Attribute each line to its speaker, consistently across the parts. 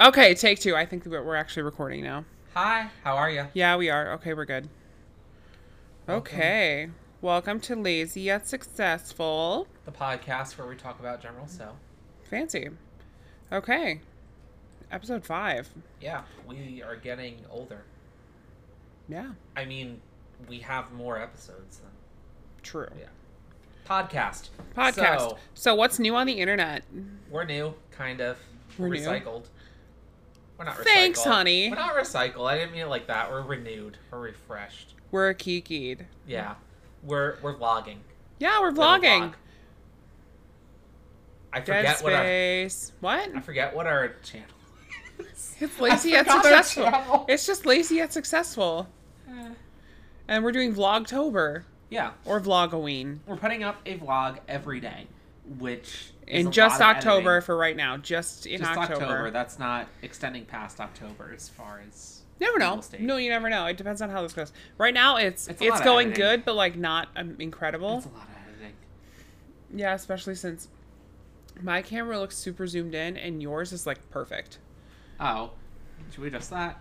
Speaker 1: Okay, take two. I think that we're actually recording now.
Speaker 2: Hi, how are you?
Speaker 1: Yeah, we are. Okay, we're good.
Speaker 2: Welcome.
Speaker 1: Okay. Welcome to Lazy Yet Successful.
Speaker 2: The podcast where we talk about general so.
Speaker 1: Fancy. Okay. Episode five.
Speaker 2: Yeah, we are getting older.
Speaker 1: Yeah,
Speaker 2: I mean, we have more episodes than
Speaker 1: true.
Speaker 2: yeah. Podcast.
Speaker 1: Podcast. So,
Speaker 2: So,
Speaker 1: what's new on the internet?
Speaker 2: we're new, kind of.
Speaker 1: We're new?
Speaker 2: recycled. We're not recycled.
Speaker 1: Thanks, honey.
Speaker 2: We're not recycled. I didn't mean it like that. We're renewed. We're refreshed.
Speaker 1: We're kikied.
Speaker 2: Yeah. We're we're vlogging.
Speaker 1: Yeah, we're
Speaker 2: We're the
Speaker 1: vlogging.
Speaker 2: vlog. I
Speaker 1: Dead
Speaker 2: forget what our
Speaker 1: Space. What?
Speaker 2: I forget what our channel.
Speaker 1: It's Lazy Yet
Speaker 2: forgot our
Speaker 1: Successful.
Speaker 2: channel.
Speaker 1: It's just Lazy Yet Successful.
Speaker 2: Eh.
Speaker 1: And we're doing Vlogtober
Speaker 2: Yeah.
Speaker 1: or Vlogoween.
Speaker 2: we're putting up a vlog every day, which is
Speaker 1: in
Speaker 2: a
Speaker 1: just
Speaker 2: lot of
Speaker 1: October
Speaker 2: editing.
Speaker 1: for right now. Just in
Speaker 2: Just
Speaker 1: October.
Speaker 2: October. That's not extending past October as far as
Speaker 1: Never know.
Speaker 2: legal state.
Speaker 1: No, you never know. It depends on how this goes. Right now, it's it's,
Speaker 2: It's a lot of
Speaker 1: going
Speaker 2: editing.
Speaker 1: good, but like not um, incredible.
Speaker 2: It's a lot of editing.
Speaker 1: yeah, especially since my camera looks super zoomed in and yours is like perfect.
Speaker 2: Oh, should we adjust that?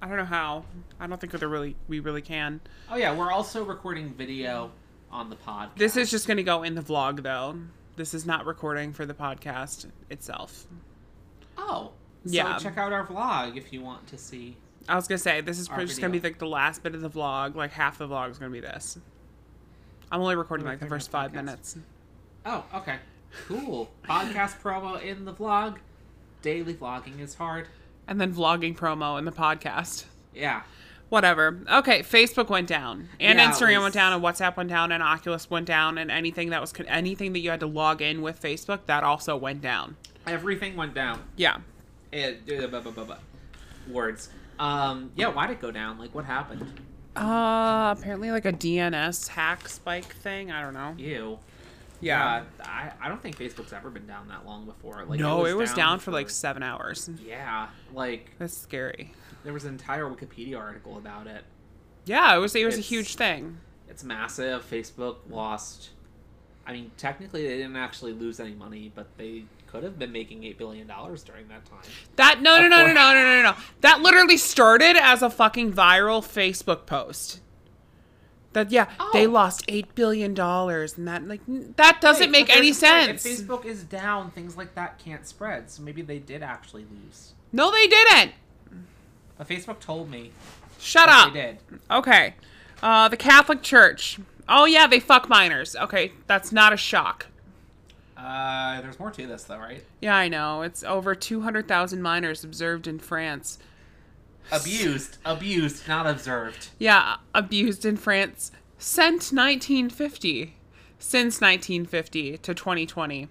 Speaker 1: I don't know how. I don't think that really we really can.
Speaker 2: Oh yeah, we're also recording video on the pod.
Speaker 1: This is just going to go in the vlog though. This is not recording for the podcast itself.
Speaker 2: oh so
Speaker 1: Yeah.
Speaker 2: Check out our vlog if you want to see.
Speaker 1: I was gonna say this is
Speaker 2: Our
Speaker 1: pretty just gonna be
Speaker 2: video.
Speaker 1: like the last bit of the vlog. Like half the vlog is gonna be this. I'm only recording
Speaker 2: We're
Speaker 1: like the
Speaker 2: recording
Speaker 1: first
Speaker 2: a
Speaker 1: five
Speaker 2: podcast.
Speaker 1: minutes.
Speaker 2: Oh okay, cool podcast promo in the vlog. Daily vlogging is hard.
Speaker 1: and then vlogging promo and the podcast.
Speaker 2: Yeah,
Speaker 1: Whatever. Okay, Facebook went down, and
Speaker 2: Yeah, it
Speaker 1: Instagram went
Speaker 2: was-
Speaker 1: down, and WhatsApp went down, and Oculus went down, and anything that was con- anything that you had to log in with Facebook that also went down.
Speaker 2: everything went down.
Speaker 1: Yeah,
Speaker 2: It, uh, bu- bu- bu- bu- words. Um, yeah, why'd it go down? Like, what happened?
Speaker 1: uh, apparently like a DNS hack spike thing. I don't know.
Speaker 2: Ew.
Speaker 1: Yeah,
Speaker 2: Uh, I, I don't think Facebook's ever been down that long before. Like,
Speaker 1: no, it was, down, for like seven hours.
Speaker 2: Yeah, like
Speaker 1: That's scary.
Speaker 2: there was an entire Wikipedia article about it.
Speaker 1: Yeah, it was. It was a
Speaker 2: It's-
Speaker 1: huge thing.
Speaker 2: It's massive. Facebook lost. I mean, technically, they didn't actually lose any money, but they could have been making eight billion dollars during that time.
Speaker 1: That no no
Speaker 2: Of
Speaker 1: no no no
Speaker 2: course.
Speaker 1: no no no. no. That literally started as a fucking viral Facebook post. That yeah, they
Speaker 2: Oh.
Speaker 1: lost eight billion dollars, and that like n- that doesn't make any sense.
Speaker 2: If Facebook is down, things like that can't spread. So maybe they did actually lose.
Speaker 1: No, they didn't.
Speaker 2: But Facebook told me
Speaker 1: Shut
Speaker 2: that
Speaker 1: up.
Speaker 2: they did.
Speaker 1: Okay, uh, the Catholic Church. Oh yeah, they fuck minors. Okay, that's not a shock.
Speaker 2: Uh, there's more to this though, right?
Speaker 1: Yeah, I know. It's over two hundred thousand minors observed in France.
Speaker 2: Abused, abused, not observed.
Speaker 1: Yeah, abused in France since 1950. Since 1950 to 2020.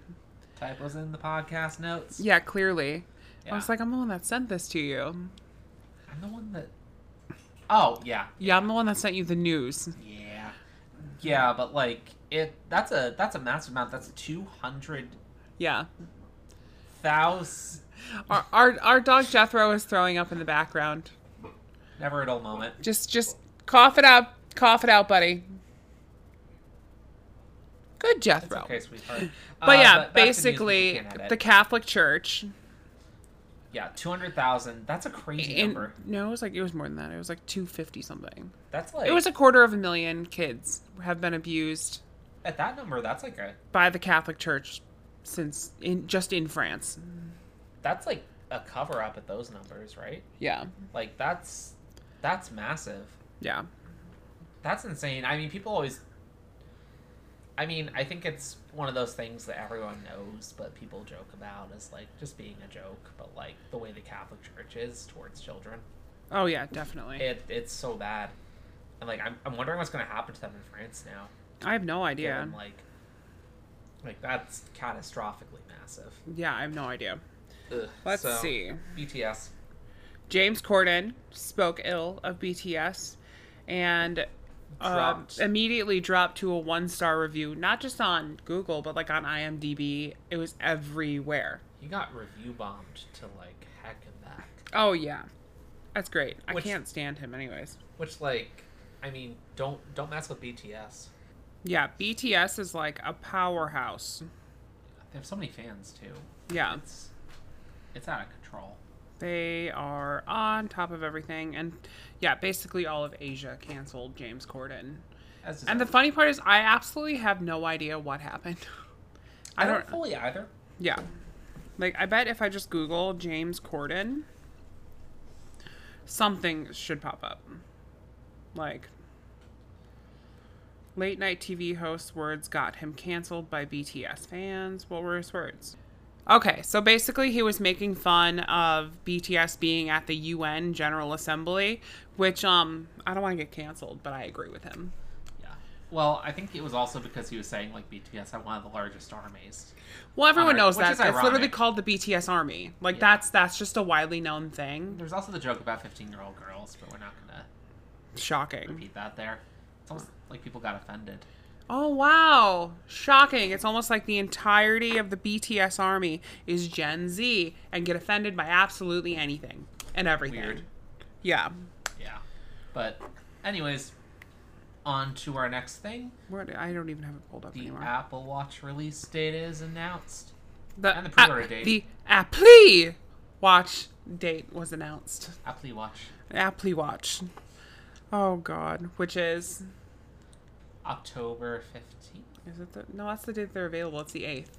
Speaker 2: Typos in the podcast notes.
Speaker 1: Yeah, clearly. I
Speaker 2: Yeah.
Speaker 1: was like, I'm the one that sent this to you.
Speaker 2: I'm the one that. Oh yeah,
Speaker 1: Yeah, I'm the one that sent you the news.
Speaker 2: yeah, yeah. But like it, that's a that's a massive amount. That's two hundred
Speaker 1: Yeah.
Speaker 2: thousand.
Speaker 1: Our, our our dog Jethro is throwing up in the background.
Speaker 2: Never a dull moment.
Speaker 1: Just just cough it up. Cough it out, buddy. Good Jethro.
Speaker 2: Okay, sweetheart.
Speaker 1: But
Speaker 2: Uh,
Speaker 1: yeah,
Speaker 2: back to news we
Speaker 1: basically
Speaker 2: can't edit.
Speaker 1: the Catholic Church
Speaker 2: yeah, two hundred thousand. That's a crazy
Speaker 1: in
Speaker 2: number.
Speaker 1: no, it was like it was more than that. It was like 250 something.
Speaker 2: That's like
Speaker 1: It was a quarter of a million kids have been abused
Speaker 2: at that number. That's like a
Speaker 1: by the Catholic Church since in just in France.
Speaker 2: that's like a cover up at those numbers, right?
Speaker 1: Yeah.
Speaker 2: Like that's that's massive.
Speaker 1: Yeah.
Speaker 2: That's insane. I mean, people always. I mean, I think it's one of those things that everyone knows, but people joke about as like just being a joke. But like the way the Catholic Church is towards children,
Speaker 1: Oh yeah, definitely.
Speaker 2: it it's so bad. And like, I'm I'm wondering what's gonna happen to them in France now.
Speaker 1: I have no idea.
Speaker 2: given, like, like that's catastrophically massive.
Speaker 1: yeah, I have no idea.
Speaker 2: Ugh,
Speaker 1: Let's
Speaker 2: so,
Speaker 1: see.
Speaker 2: BTS.
Speaker 1: James Corden spoke ill of BTS and um,
Speaker 2: Dropped.
Speaker 1: immediately dropped to a one star review, not just on Google, but like on IMDb. It was everywhere.
Speaker 2: He got review bombed to like heck and back.
Speaker 1: Oh, yeah. That's great. I
Speaker 2: Which-
Speaker 1: can't stand him, anyways.
Speaker 2: Which like, I mean, don't don't mess with BTS.
Speaker 1: Yeah, BTS is like a powerhouse.
Speaker 2: They have so many fans too.
Speaker 1: Yeah.
Speaker 2: It's It's out of control.
Speaker 1: They are on top of everything. And yeah, basically all of Asia canceled James Corden.
Speaker 2: As
Speaker 1: And the
Speaker 2: deserved.
Speaker 1: funny part is, I absolutely have no idea what happened. I
Speaker 2: I don't
Speaker 1: don't.
Speaker 2: fully either.
Speaker 1: Yeah. Like, I bet if I just Google James Corden, something should pop up. Like, late night TV host words got him canceled by BTS fans. What were his words? Okay, so basically, he was making fun of BTS being at the UN General Assembly, which, um, I don't want to get canceled, but I agree with him.
Speaker 2: Yeah. Well, I think it was also because he was saying like BTS had one of the largest armies.
Speaker 1: Well, everyone
Speaker 2: Alright,
Speaker 1: knows
Speaker 2: which
Speaker 1: that.
Speaker 2: is
Speaker 1: It's literally
Speaker 2: ironic.
Speaker 1: called the BTS Army. Like
Speaker 2: Yeah.
Speaker 1: that's that's just a widely known thing.
Speaker 2: There's also the joke about 15 year old girls, but we're not gonna
Speaker 1: Shocking.
Speaker 2: repeat that there. It's almost like people got offended.
Speaker 1: Oh wow, shocking! It's almost like the entirety of the BTS Army is Gen Z and get offended by absolutely anything and everything.
Speaker 2: Weird.
Speaker 1: Yeah.
Speaker 2: Yeah. But, anyways, on to our next thing.
Speaker 1: Where do- I don't even have it pulled up
Speaker 2: The
Speaker 1: anymore.
Speaker 2: Apple Watch release date is announced.
Speaker 1: the
Speaker 2: and the pre-order
Speaker 1: app-
Speaker 2: date.
Speaker 1: The Apple Watch date was announced.
Speaker 2: Apple Watch
Speaker 1: Apple Watch. Oh God, which is
Speaker 2: October 15th.
Speaker 1: Is it the no? That's the date they're available. It's the eighth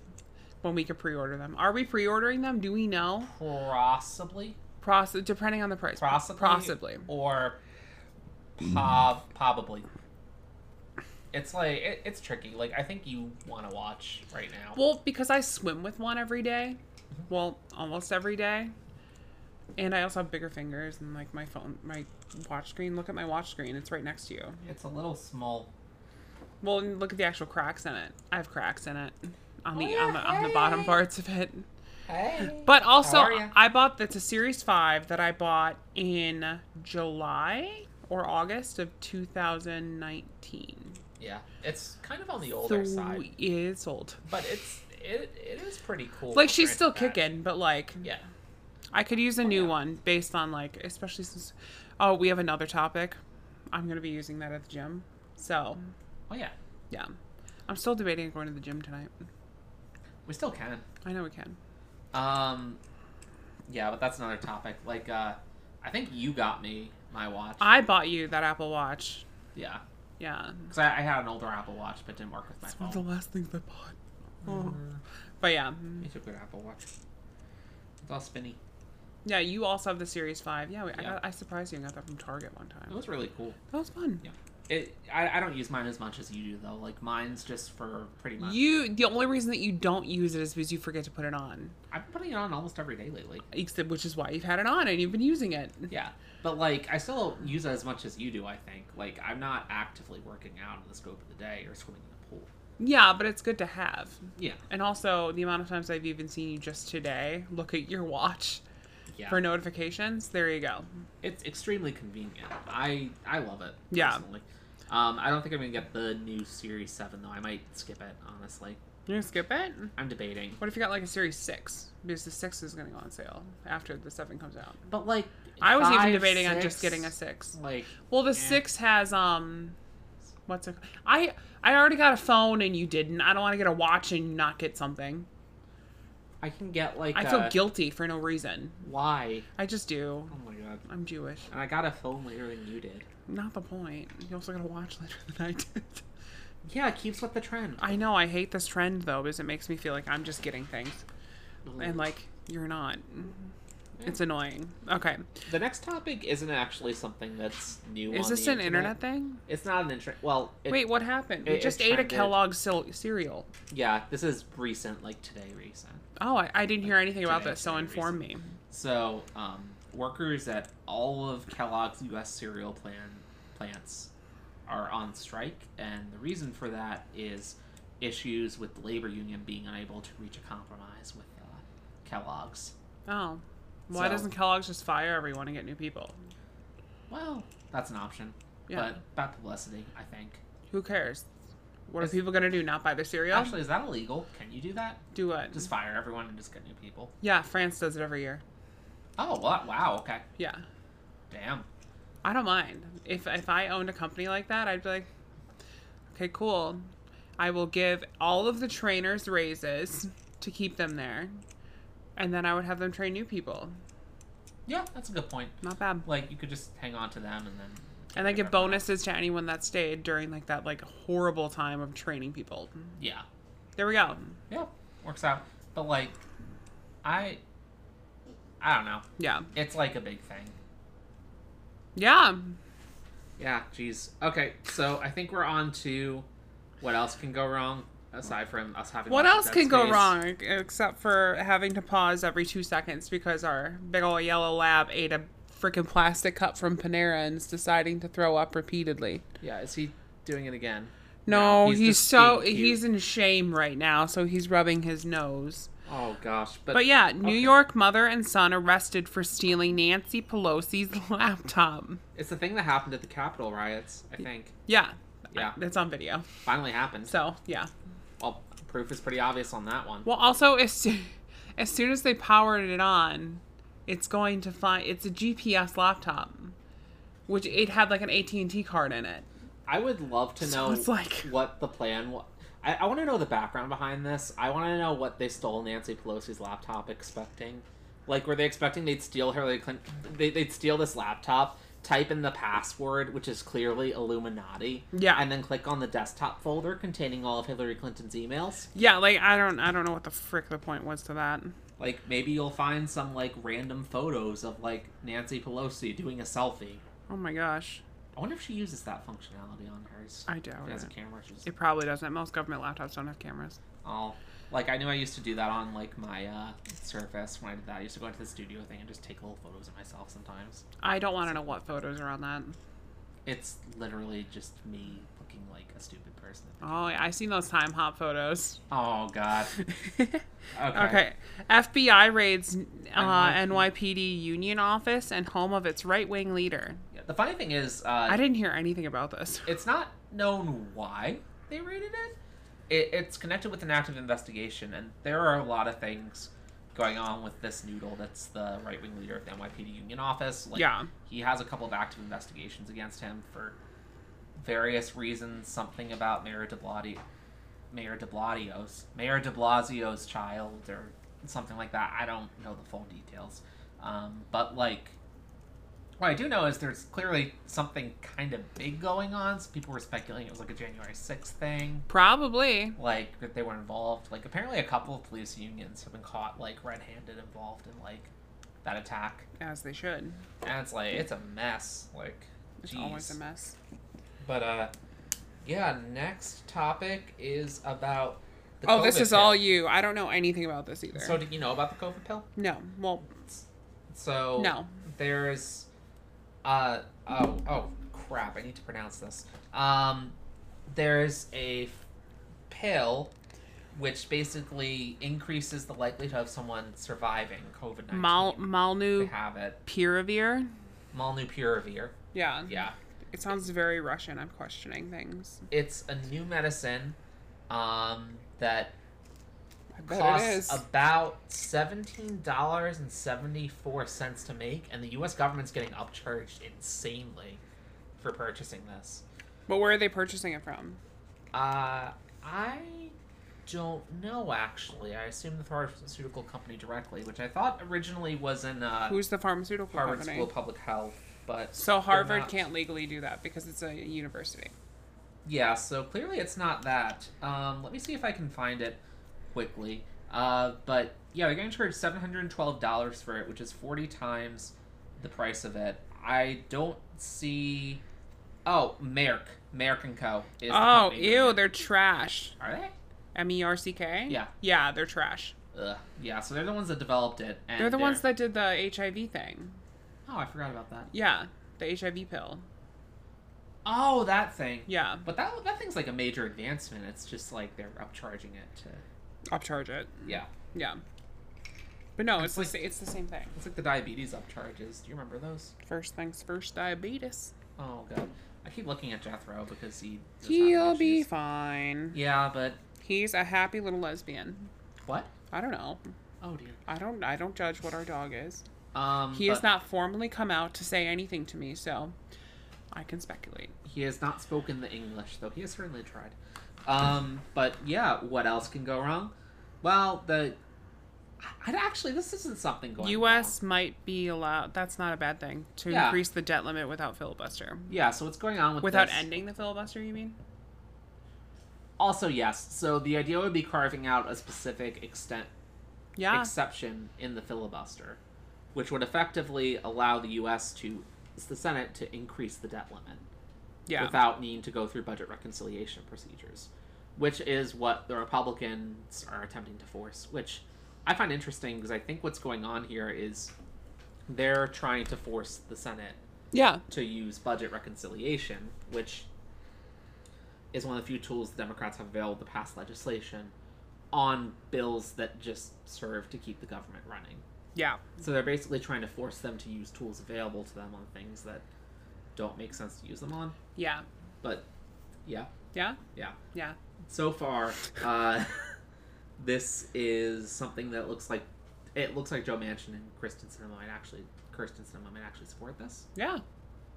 Speaker 1: when we could pre-order them. Are we pre-ordering them? Do we know?
Speaker 2: Possibly.
Speaker 1: Pros- depending on the price.
Speaker 2: Possibly.
Speaker 1: Possibly.
Speaker 2: Or pov- probably. It's like, it, it's tricky. Like, I think you want to watch right now.
Speaker 1: Well, because I swim with one every day.
Speaker 2: Mm-hmm.
Speaker 1: Well, almost every day. And I also have bigger fingers and like my phone, my watch screen. Look at my watch screen. It's right next to you.
Speaker 2: It's a little small.
Speaker 1: Well, and look at the actual cracks in it. I have cracks in it on the
Speaker 2: Oh, yeah,
Speaker 1: on the on the bottom
Speaker 2: hey.
Speaker 1: parts of it.
Speaker 2: Hey.
Speaker 1: But also,
Speaker 2: are ya?
Speaker 1: I bought that's a Series Five that I bought in July or August of 2019.
Speaker 2: Yeah. It's kind of on the older
Speaker 1: so
Speaker 2: side.
Speaker 1: years old.
Speaker 2: But it's, it, it is pretty cool.
Speaker 1: Like she's still
Speaker 2: granted that.
Speaker 1: kicking, but like
Speaker 2: Yeah.
Speaker 1: I could use a new
Speaker 2: Oh, yeah.
Speaker 1: one based on like, especially since oh we have another topic. I'm gonna be using that at the gym. So
Speaker 2: Oh, yeah.
Speaker 1: yeah, I'm still debating going to the gym tonight.
Speaker 2: We still can.
Speaker 1: I know we can.
Speaker 2: Um, yeah, but that's another topic. Like, uh, I think you got me my watch.
Speaker 1: I bought you that Apple Watch.
Speaker 2: yeah,
Speaker 1: Yeah,
Speaker 2: because I, I had an older Apple Watch, but it didn't work with my
Speaker 1: it's one of the
Speaker 2: phone.
Speaker 1: last things I bought. Oh. But yeah,
Speaker 2: It's a good Apple Watch. It's all spinny.
Speaker 1: Yeah, you also have the Series Five. Yeah, we, I,
Speaker 2: Yeah.
Speaker 1: got, I surprised you and got that from Target one time.
Speaker 2: It was really cool.
Speaker 1: that was fun.
Speaker 2: Yeah. It. I, I don't use mine as much as you do though. Like mine's just for pretty much.
Speaker 1: You the only reason that you don't use it is because you forget to put it on,
Speaker 2: I've been putting it on almost every day lately.
Speaker 1: except which is why you've had it on and you've been using it.
Speaker 2: Yeah, but like I still don't use it as much as you do. I think. Like I'm not actively working out in the scope of the day or swimming in the pool.
Speaker 1: Yeah, but it's good to have.
Speaker 2: Yeah.
Speaker 1: And also the amount of times I've even seen you just today look at your watch
Speaker 2: Yeah.
Speaker 1: for notifications. There you go.
Speaker 2: It's extremely convenient. I I love it.
Speaker 1: Yeah.
Speaker 2: Personally. Um, I don't think I'm gonna get the new Series Seven though. I might skip it. Honestly,
Speaker 1: You gonna skip it?
Speaker 2: I'm debating.
Speaker 1: What if you got like a Series Six? Because the Six is gonna go on sale after the Seven comes out.
Speaker 2: But like,
Speaker 1: I was even
Speaker 2: five,
Speaker 1: debating on just
Speaker 2: six,
Speaker 1: getting a Six.
Speaker 2: Like,
Speaker 1: Well, the
Speaker 2: Eh.
Speaker 1: six has um, what's it? I I already got a phone and you didn't. I don't want to get a watch and not get something.
Speaker 2: I can get like.
Speaker 1: I feel
Speaker 2: a-
Speaker 1: guilty for no reason.
Speaker 2: Why?
Speaker 1: I just do.
Speaker 2: Oh my god.
Speaker 1: I'm Jewish.
Speaker 2: And I got a phone later than you did.
Speaker 1: Not the point. You also got a watch later than I did.
Speaker 2: Yeah, it keeps with the trend.
Speaker 1: I know. I hate this trend though because it makes me feel like I'm just getting things and like you're not.
Speaker 2: Mm-hmm.
Speaker 1: It's annoying. Okay,
Speaker 2: the next topic isn't actually something that's new.
Speaker 1: is
Speaker 2: on
Speaker 1: this
Speaker 2: the
Speaker 1: an internet thing?
Speaker 2: It's not an internet. Well, it,
Speaker 1: Wait, what happened?
Speaker 2: it-
Speaker 1: we
Speaker 2: it
Speaker 1: just ate a
Speaker 2: trended.
Speaker 1: Kellogg's cel- cereal.
Speaker 2: yeah, this is recent, like today, recent.
Speaker 1: Oh, I, I didn't hear anything about
Speaker 2: Today,
Speaker 1: this, so
Speaker 2: today,
Speaker 1: inform me.
Speaker 2: So, um, workers at all of Kellogg's U.S. cereal plan plants are on strike, and the reason for that is issues with the labor union being unable to reach a compromise with uh, Kellogg's.
Speaker 1: Oh. Why
Speaker 2: So-
Speaker 1: doesn't Kellogg's just fire everyone and get new people?
Speaker 2: Well, that's an option,
Speaker 1: Yeah.
Speaker 2: but bad publicity, I think.
Speaker 1: Who cares? What are
Speaker 2: It's-
Speaker 1: people gonna do? Not buy their cereal?
Speaker 2: Actually, is that illegal? Can you do that?
Speaker 1: do what?
Speaker 2: Just fire everyone and just get new people?
Speaker 1: yeah, France does it every year.
Speaker 2: Oh, what? Wow. Okay.
Speaker 1: Yeah,
Speaker 2: Damn.
Speaker 1: I don't mind. If if I owned a company like that, I'd be like, okay, cool. I will give all of the trainers raises to keep them there, and then I would have them train new people.
Speaker 2: Yeah, that's a good point.
Speaker 1: Not bad.
Speaker 2: Like you could just hang on to them and then.
Speaker 1: And then give
Speaker 2: everyone else.
Speaker 1: bonuses to anyone that stayed during like that like horrible time of training people.
Speaker 2: Yeah,
Speaker 1: There we go.
Speaker 2: yeah, works out. But like, I, I don't know.
Speaker 1: Yeah.
Speaker 2: It's like a big thing.
Speaker 1: Yeah.
Speaker 2: Yeah, jeez. Okay, so I think we're on to what else can go wrong aside from us having.
Speaker 1: What else
Speaker 2: lots of dead
Speaker 1: can go
Speaker 2: space.
Speaker 1: wrong except for having to pause every two seconds because our big ol' yellow lab ate a freaking plastic cup from Panera and is deciding to throw up repeatedly?
Speaker 2: Yeah, is he doing it again?
Speaker 1: No, he's,
Speaker 2: just
Speaker 1: so
Speaker 2: being cute.
Speaker 1: he's in shame right now, so he's rubbing his nose.
Speaker 2: Oh gosh, but,
Speaker 1: But yeah, New
Speaker 2: okay.
Speaker 1: York mother and son arrested for stealing Nancy Pelosi's laptop.
Speaker 2: it's the thing that happened at the Capitol riots. I think
Speaker 1: Yeah.
Speaker 2: Yeah.
Speaker 1: It's on video.
Speaker 2: finally happened.
Speaker 1: So, yeah.
Speaker 2: well, proof is pretty obvious on that one.
Speaker 1: Well, also, as, soo- as soon as they powered it on, it's going to find. It's a GPS laptop, which it had like an AT and T card in it.
Speaker 2: I would love to
Speaker 1: So
Speaker 2: know
Speaker 1: it's like-
Speaker 2: what the plan was. I, I want to know the background behind this. I want to know what they stole Nancy Pelosi's laptop expecting. Like, were they expecting they'd steal Hillary Clinton? They, they'd steal this laptop, type in the password, which is clearly Illuminati.
Speaker 1: Yeah.
Speaker 2: And then click on the desktop folder containing all of Hillary Clinton's emails.
Speaker 1: Yeah, like I don't, I don't know what the frick the point was to that.
Speaker 2: Like, maybe you'll find some, like, random photos of, like, Nancy Pelosi doing a selfie.
Speaker 1: Oh my gosh,
Speaker 2: I wonder if she uses that functionality on hers.
Speaker 1: I doubt
Speaker 2: She has a
Speaker 1: it.
Speaker 2: camera. She's
Speaker 1: It probably doesn't. Most government laptops don't have cameras.
Speaker 2: Oh, like I knew I used to do that on like my uh, Surface when I did that. I used to go into the studio thing and just take little photos of myself sometimes.
Speaker 1: I don't want to know what photos are on that.
Speaker 2: It's literally just me looking like a stupid person.
Speaker 1: Oh, yeah, I seen those time hop photos.
Speaker 2: Oh God.
Speaker 1: okay.
Speaker 2: Okay.
Speaker 1: FBI raids uh,
Speaker 2: NYPD.
Speaker 1: NYPD union office and home of its right wing leader.
Speaker 2: Yeah, The funny thing is, uh,
Speaker 1: I didn't hear anything about this.
Speaker 2: it's not known why they raided it. it. It's connected with an active investigation, and there are a lot of things going on with this noodle that's the right wing leader of the NYPD union office. Like,
Speaker 1: Yeah.
Speaker 2: He has a couple of active investigations against him for various reasons. Something about Mayor de Blasio, Mayor de Blasio's, Mayor de Blasio's child, or something like that. I don't know the full details, um, but like, what I do know is there's clearly something kind of big going on. So people were speculating it was like a January 6th thing,
Speaker 1: Probably.
Speaker 2: like that they were involved. Like apparently a couple of police unions have been caught like red-handed involved in like that attack.
Speaker 1: As they should.
Speaker 2: And it's like it's a mess. Like
Speaker 1: It's
Speaker 2: jeez.
Speaker 1: always a mess.
Speaker 2: But uh yeah, next topic is about the
Speaker 1: Oh, this
Speaker 2: COVID
Speaker 1: is
Speaker 2: pill.
Speaker 1: all you. I don't know anything about this either.
Speaker 2: So did you know about the COVID pill?
Speaker 1: no. Well,
Speaker 2: So
Speaker 1: No.
Speaker 2: there's uh oh oh crap, I need to pronounce this. Um there's a f- pill which basically increases the likelihood of someone surviving COVID-19.
Speaker 1: mal
Speaker 2: they
Speaker 1: malnu
Speaker 2: have it.
Speaker 1: piravir.
Speaker 2: Malnupiravir.
Speaker 1: Yeah.
Speaker 2: Yeah.
Speaker 1: It sounds very Russian. I'm questioning things.
Speaker 2: It's a new medicine um that
Speaker 1: I bet it is.
Speaker 2: costs about seventeen dollars and seventy four cents to make, and the U.S. government's getting upcharged insanely for purchasing this.
Speaker 1: but where are they purchasing it from?
Speaker 2: Uh, I don't know actually. I assume the pharmaceutical company directly, which I thought originally was in uh,
Speaker 1: Who's the pharmaceutical
Speaker 2: Harvard
Speaker 1: company?
Speaker 2: School of Public Health, but
Speaker 1: So Harvard
Speaker 2: not-
Speaker 1: can't legally do that because it's a university.
Speaker 2: Yeah, so clearly it's not that. Um, let me see if I can find it quickly. Uh, but yeah, they're going to charge seven hundred and twelve dollars for it, which is forty times the price of it. I don't see. Oh, Merck, Merck and Co. Is the
Speaker 1: Oh,
Speaker 2: company
Speaker 1: ew,
Speaker 2: doing it.
Speaker 1: they're trash.
Speaker 2: are they?
Speaker 1: M E R C K?
Speaker 2: Yeah.
Speaker 1: Yeah, they're trash.
Speaker 2: Ugh. Yeah, so they're the ones that developed it. And
Speaker 1: they're the ones that did the HIV thing.
Speaker 2: Oh, I forgot about that.
Speaker 1: Yeah, the HIV pill.
Speaker 2: Oh, that thing.
Speaker 1: Yeah,
Speaker 2: But that that thing's like a major advancement. It's just like they're upcharging it to.
Speaker 1: upcharge it.
Speaker 2: Yeah.
Speaker 1: Yeah. But no,
Speaker 2: It's
Speaker 1: it's, the,
Speaker 2: like-
Speaker 1: sa- it's the same thing.
Speaker 2: It's like the diabetes upcharges. Do you remember those?
Speaker 1: First things first, diabetes.
Speaker 2: Oh god, I keep looking at Jethro because he. is having
Speaker 1: He'll be
Speaker 2: issues.
Speaker 1: fine.
Speaker 2: Yeah, but
Speaker 1: He's a happy little lesbian.
Speaker 2: what?
Speaker 1: I don't know.
Speaker 2: Oh dear.
Speaker 1: I don't I don't judge what our dog is.
Speaker 2: Um,
Speaker 1: He has
Speaker 2: but
Speaker 1: not formally come out to say anything to me, so I can speculate.
Speaker 2: He has not spoken the English, though he has certainly tried. Um, but yeah, what else can go wrong? Well, the. I- I actually this isn't something going.
Speaker 1: U.S. might be allowed. That's not a bad thing to
Speaker 2: Yeah.
Speaker 1: increase the debt limit without filibuster.
Speaker 2: on. Yeah, so what's going on with
Speaker 1: Without
Speaker 2: this-
Speaker 1: ending the filibuster, you mean?
Speaker 2: Also, yes. So the idea would be carving out a specific extent
Speaker 1: Yeah.
Speaker 2: exception in the filibuster, which would effectively allow the U.S. to the Senate to increase the debt limit
Speaker 1: yeah.
Speaker 2: without needing to go through budget reconciliation procedures, which is what the Republicans are attempting to force. Which I find interesting because I think what's going on here is they're trying to force the Senate
Speaker 1: yeah.
Speaker 2: to use budget reconciliation, which is one of the few tools the Democrats have available to pass legislation on bills that just serve to keep the government running.
Speaker 1: Yeah.
Speaker 2: So they're basically trying to force them to use tools available to them on things that don't make sense to use them on.
Speaker 1: Yeah.
Speaker 2: But yeah,
Speaker 1: Yeah.
Speaker 2: yeah.
Speaker 1: Yeah.
Speaker 2: So far, uh, this is something that looks like it looks like Joe Manchin and Kristen Sinema might actually Kirsten Sinema might actually support this.
Speaker 1: Yeah.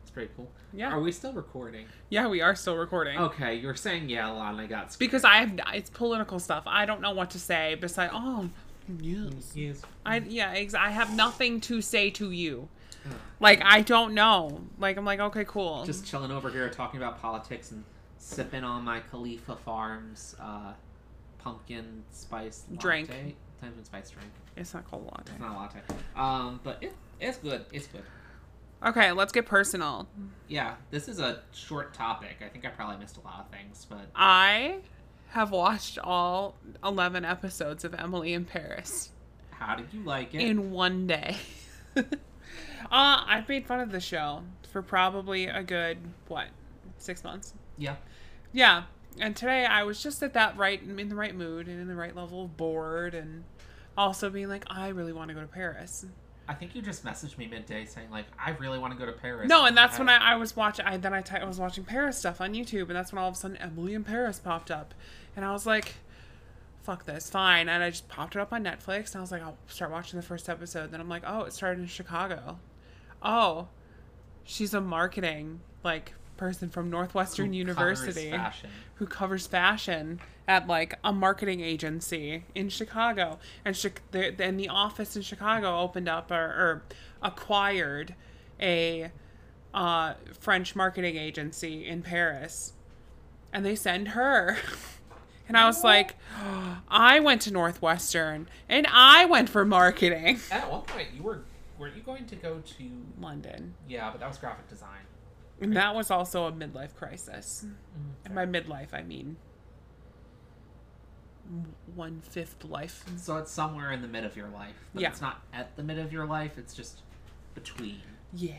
Speaker 2: It's pretty cool.
Speaker 1: Yeah.
Speaker 2: Are we still recording?
Speaker 1: Yeah. We are still recording.
Speaker 2: Okay, you were saying yeah a lot, and I got scared.
Speaker 1: Because I have it's political stuff. I don't know what to say besides oh yes.
Speaker 2: Yes.
Speaker 1: I yeah, ex- I have nothing to say to you. Like I don't know. Like I'm like okay, cool.
Speaker 2: Hmm. just chilling over here talking about politics and sipping on my Khalifa Farms uh, pumpkin spice latte.
Speaker 1: Drink.
Speaker 2: Pumpkin spice drink.
Speaker 1: it's not called latte.
Speaker 2: It's not a latte. Um, but it, it's good. It's good.
Speaker 1: Okay, let's get personal.
Speaker 2: Yeah, this is a short topic. I think I probably missed a lot of things, but
Speaker 1: I have watched all 11 episodes of Emily in Paris
Speaker 2: how did you like it?
Speaker 1: in one day. uh, I've made fun of the show for probably a good what six months.
Speaker 2: yeah.
Speaker 1: Yeah. And today I was just at that right in the right mood and in the right level of bored and also being like, I really want to go to Paris.
Speaker 2: I think you just messaged me midday saying like, I really want to go to Paris.
Speaker 1: No, and that's when I, I was watching. I then I ty- I was watching Paris stuff on YouTube, and that's when all of a sudden Emily in Paris popped up, and I was like, "Fuck this, fine." And I just popped it up on Netflix, and I was like, "I'll start watching the first episode." Then I'm like, "Oh, it started in Chicago. Oh, she's a marketing like person from
Speaker 2: Who
Speaker 1: Northwestern
Speaker 2: covers
Speaker 1: University
Speaker 2: fashion.
Speaker 1: who covers fashion at like a marketing agency in Chicago, and Chi- the, then the office in Chicago opened up or, or acquired a uh, French marketing agency in Paris, and they send her. And I was like, I went to Northwestern and I went for marketing.
Speaker 2: At one point, you were were you going to go to
Speaker 1: London.
Speaker 2: Yeah, but that was graphic design. Mm-hmm.
Speaker 1: And that was also a midlife crisis. And by midlife, I mean one fifth life.
Speaker 2: So it's somewhere in the mid of your life. But
Speaker 1: Yeah.
Speaker 2: It's not at the mid of your life, it's just between.
Speaker 1: Yeah.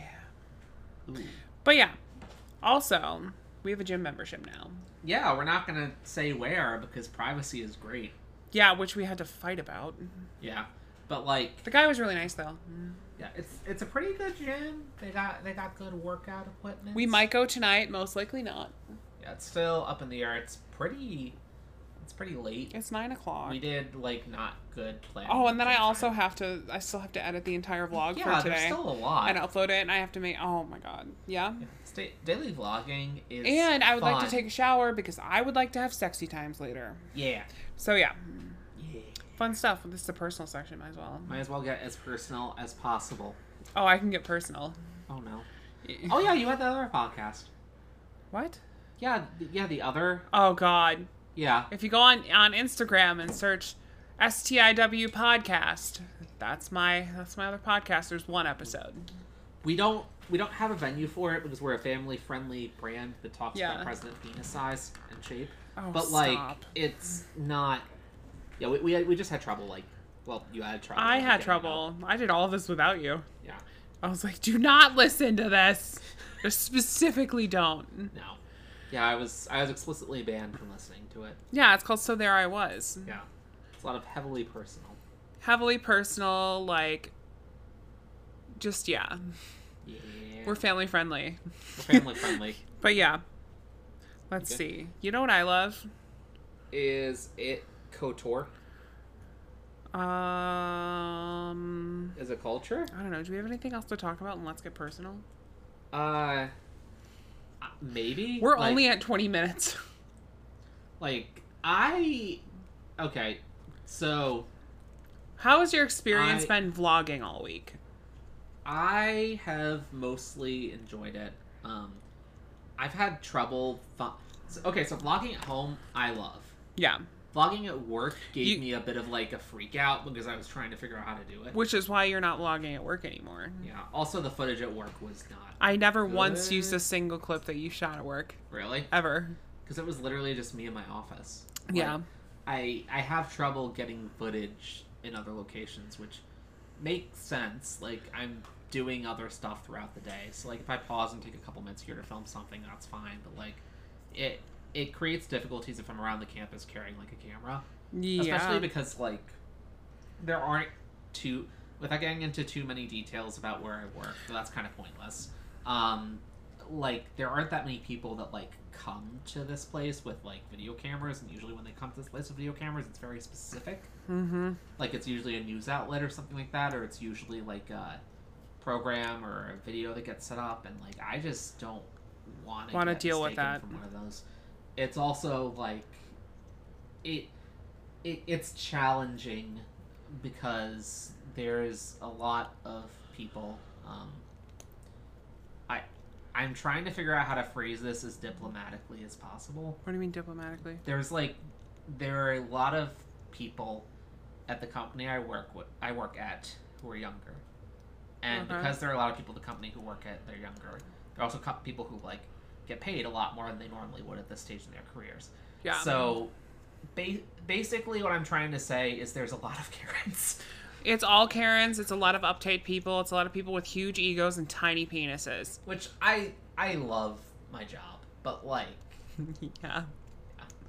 Speaker 2: Ooh.
Speaker 1: But yeah. Also, we have a gym membership now.
Speaker 2: Yeah, we're not going to say where because privacy is great.
Speaker 1: Yeah, which we had to fight about.
Speaker 2: Yeah. But like
Speaker 1: The guy was really nice though.
Speaker 2: yeah, it's it's a pretty good gym. They got they got good workout equipment.
Speaker 1: We might go tonight, most likely not.
Speaker 2: Yeah, it's still up in the air. It's pretty it's pretty late.
Speaker 1: It's nine o'clock.
Speaker 2: We did like not good planning.
Speaker 1: Oh, and then
Speaker 2: for
Speaker 1: I
Speaker 2: time.
Speaker 1: also have to. I still have to edit the entire vlog
Speaker 2: Yeah,
Speaker 1: for
Speaker 2: there's
Speaker 1: today
Speaker 2: still a lot.
Speaker 1: and upload it, and I have to make. Oh my god, yeah.
Speaker 2: Yeah, sta- daily vlogging is
Speaker 1: And I would like to
Speaker 2: fun.
Speaker 1: take a shower because I would like to have sexy times later.
Speaker 2: Yeah.
Speaker 1: So yeah,
Speaker 2: Yeah.
Speaker 1: fun stuff. This is the personal section, might as well.
Speaker 2: Might as well get as personal as possible.
Speaker 1: Oh, I can get personal.
Speaker 2: Oh no. Oh yeah, you had the other podcast.
Speaker 1: What?
Speaker 2: Yeah, th- yeah, the other.
Speaker 1: Oh God!
Speaker 2: Yeah,
Speaker 1: If you go on on Instagram and search STIW podcast, that's my that's my other podcast. There's one episode.
Speaker 2: we don't we don't have a venue for it because we're a family friendly brand that talks
Speaker 1: Yeah.
Speaker 2: about President penis size and shape.
Speaker 1: Oh,
Speaker 2: but like,
Speaker 1: stop.
Speaker 2: it's not. Yeah, we, we we just had trouble. Like, well, you had trouble.
Speaker 1: I had
Speaker 2: like, getting it out.
Speaker 1: trouble. I did all this without you.
Speaker 2: Yeah.
Speaker 1: I was like, do not listen to this. Just specifically don't.
Speaker 2: No. Yeah, I was I was explicitly banned from listening to it.
Speaker 1: Yeah, it's called So There I Was.
Speaker 2: Yeah. It's a lot of heavily personal.
Speaker 1: Heavily personal, like, just yeah.
Speaker 2: Yeah.
Speaker 1: We're family friendly.
Speaker 2: We're family friendly.
Speaker 1: But yeah. Let's
Speaker 2: Okay.
Speaker 1: see. You know what I love?
Speaker 2: Is it Kotor?
Speaker 1: Um,
Speaker 2: Is it culture?
Speaker 1: I don't know. Do we have anything else to talk about? And let's get personal.
Speaker 2: Uh, maybe
Speaker 1: We're
Speaker 2: Like-
Speaker 1: only at 20 minutes.
Speaker 2: like I. Okay, so
Speaker 1: How has your experience
Speaker 2: I-
Speaker 1: been vlogging all week?
Speaker 2: I have mostly enjoyed it. Um, I've had trouble. Th- so- okay, so vlogging at home, I love.
Speaker 1: Yeah,
Speaker 2: Vlogging at work gave
Speaker 1: You-
Speaker 2: me a bit of like a freak out because I was trying to figure out how to do it.
Speaker 1: which is why you're not vlogging at work anymore.
Speaker 2: yeah. Also, the footage at work was not
Speaker 1: I never once
Speaker 2: Good.
Speaker 1: used a single clip that you shot at work
Speaker 2: really
Speaker 1: ever.
Speaker 2: because it was literally just me in my office. Like,
Speaker 1: Yeah.
Speaker 2: I I have trouble getting footage in other locations, which makes sense. Like I'm doing other stuff throughout the day, so like if I pause and take a couple minutes here to film something, that's fine. But like it it creates difficulties if I'm around the campus carrying like a camera, especially
Speaker 1: Yeah.
Speaker 2: because like there aren't too without getting into too many details about where I work. So that's kind of pointless. Um, like there aren't that many people that like come to this place with like video cameras, and usually when they come to this place with video cameras, it's very specific.
Speaker 1: Mm-hmm.
Speaker 2: Like it's usually a news outlet or something like that, or it's usually like a program or a video that gets set up, and like I just don't want to
Speaker 1: Wanna deal with that.
Speaker 2: from one of those. It's also like it, it it's challenging because there's a lot of people. Um, I I'm trying to figure out how to phrase this as diplomatically as possible
Speaker 1: What do you mean diplomatically?
Speaker 2: there's like there are a lot of people at the company I work with I work at who are younger. And
Speaker 1: Okay.
Speaker 2: because there are a lot of people at the company who work at they're younger, there are also co- people who like get paid a lot more than they normally would at this stage in their careers.
Speaker 1: Yeah.
Speaker 2: So ba- basically what I'm trying to say is there's a lot of Karens.
Speaker 1: It's all Karens. It's a lot of uptight people. It's a lot of people with huge egos and tiny penises.
Speaker 2: Which I I love my job, but like
Speaker 1: yeah.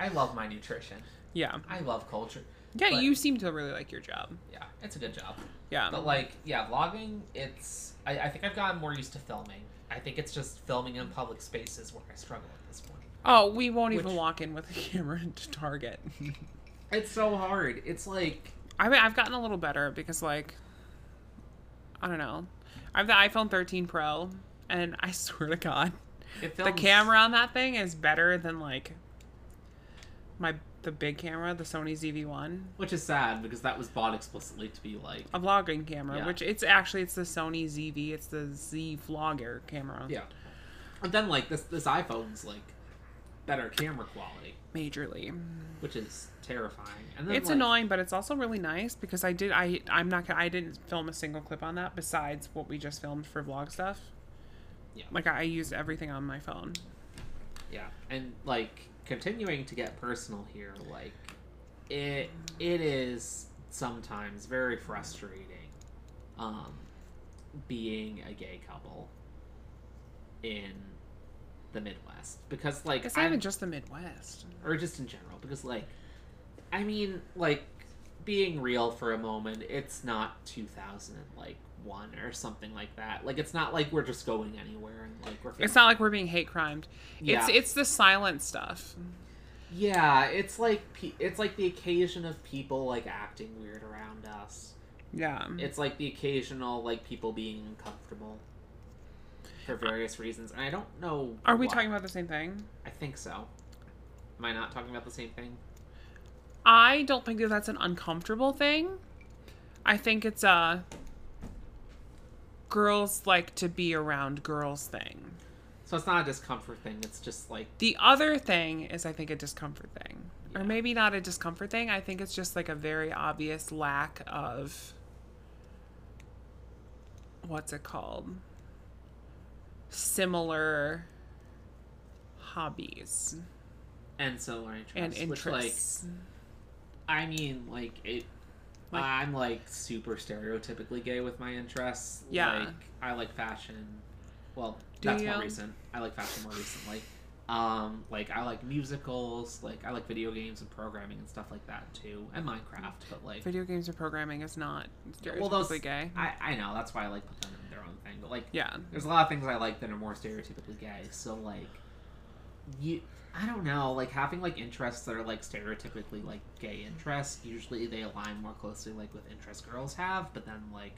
Speaker 2: I love my nutrition.
Speaker 1: Yeah.
Speaker 2: I love culture.
Speaker 1: Yeah,
Speaker 2: But-
Speaker 1: you seem to really like your job.
Speaker 2: Yeah, it's a good job.
Speaker 1: Yeah.
Speaker 2: But like, yeah, vlogging. It's I, I think I've gotten more used to filming. I think it's just filming in public spaces where I struggle at this point.
Speaker 1: oh, we won't even
Speaker 2: Which-
Speaker 1: walk in with a camera to Target.
Speaker 2: It's so hard. It's like
Speaker 1: I mean, I've gotten a little better because, like, I don't know. I have the iPhone 13 Pro, and I swear to God,
Speaker 2: it
Speaker 1: the
Speaker 2: films,
Speaker 1: camera on that thing is better than like my the big camera, the Sony ZV-1,
Speaker 2: which is sad because that was bought explicitly to be like
Speaker 1: a vlogging camera.
Speaker 2: Yeah.
Speaker 1: Which it's actually it's the Sony ZV, it's the Z Vlogger camera.
Speaker 2: yeah. And then like this this iPhone's like better camera quality,
Speaker 1: majorly.
Speaker 2: which is terrifying. And then
Speaker 1: It's
Speaker 2: like,
Speaker 1: annoying, but it's also really nice because I did I I'm not gonna I didn't film a single clip on that besides what we just filmed for vlog stuff.
Speaker 2: Yeah.
Speaker 1: Like I used everything on my phone.
Speaker 2: Yeah, and like continuing to get personal here, like it it is sometimes very frustrating, um, being a gay couple in the Midwest because like
Speaker 1: It's not
Speaker 2: I'm,
Speaker 1: even just the Midwest.
Speaker 2: or just in general because like I mean like being real for a moment, it's not two thousand and like one or something like that. Like it's not like we're just going anywhere and like we're
Speaker 1: It's not like we're being hate crimed.
Speaker 2: Yeah.
Speaker 1: It's it's the silent stuff.
Speaker 2: Yeah, it's like pe- it's like the occasion of people like acting weird around us.
Speaker 1: Yeah.
Speaker 2: It's like the occasional like people being uncomfortable for various reasons, and I don't know.
Speaker 1: Are we
Speaker 2: why.
Speaker 1: talking about the same thing?
Speaker 2: I think so. Am I not talking about the same thing?
Speaker 1: I don't think that that's an uncomfortable thing. I think it's a girls like to be around girls thing.
Speaker 2: So it's not a discomfort thing. It's just like
Speaker 1: The other thing is, I think, a discomfort thing. Or
Speaker 2: Yeah.
Speaker 1: maybe not a discomfort thing. I think it's just like a very obvious lack of what's it called? Similar hobbies
Speaker 2: and similar interests,
Speaker 1: and
Speaker 2: which like
Speaker 1: interests.
Speaker 2: I mean like it.
Speaker 1: Like-
Speaker 2: I'm like super stereotypically gay with my interests.
Speaker 1: Yeah.
Speaker 2: like, I like fashion. Well,
Speaker 1: Do
Speaker 2: that's
Speaker 1: you?
Speaker 2: more recent. I like fashion more recently. Um, like I like musicals. Like I like video games and programming and stuff like that too, and Minecraft. But like,
Speaker 1: Video games and programming is not stereotypically
Speaker 2: well, those
Speaker 1: gay.
Speaker 2: I I know that's why I like put them in their own thing. But like,
Speaker 1: yeah.
Speaker 2: there's a lot of things I like that are more stereotypically gay. So like, you, I don't know, like having like interests that are like stereotypically like gay interests. Usually they align more closely like with interests girls have, but then like,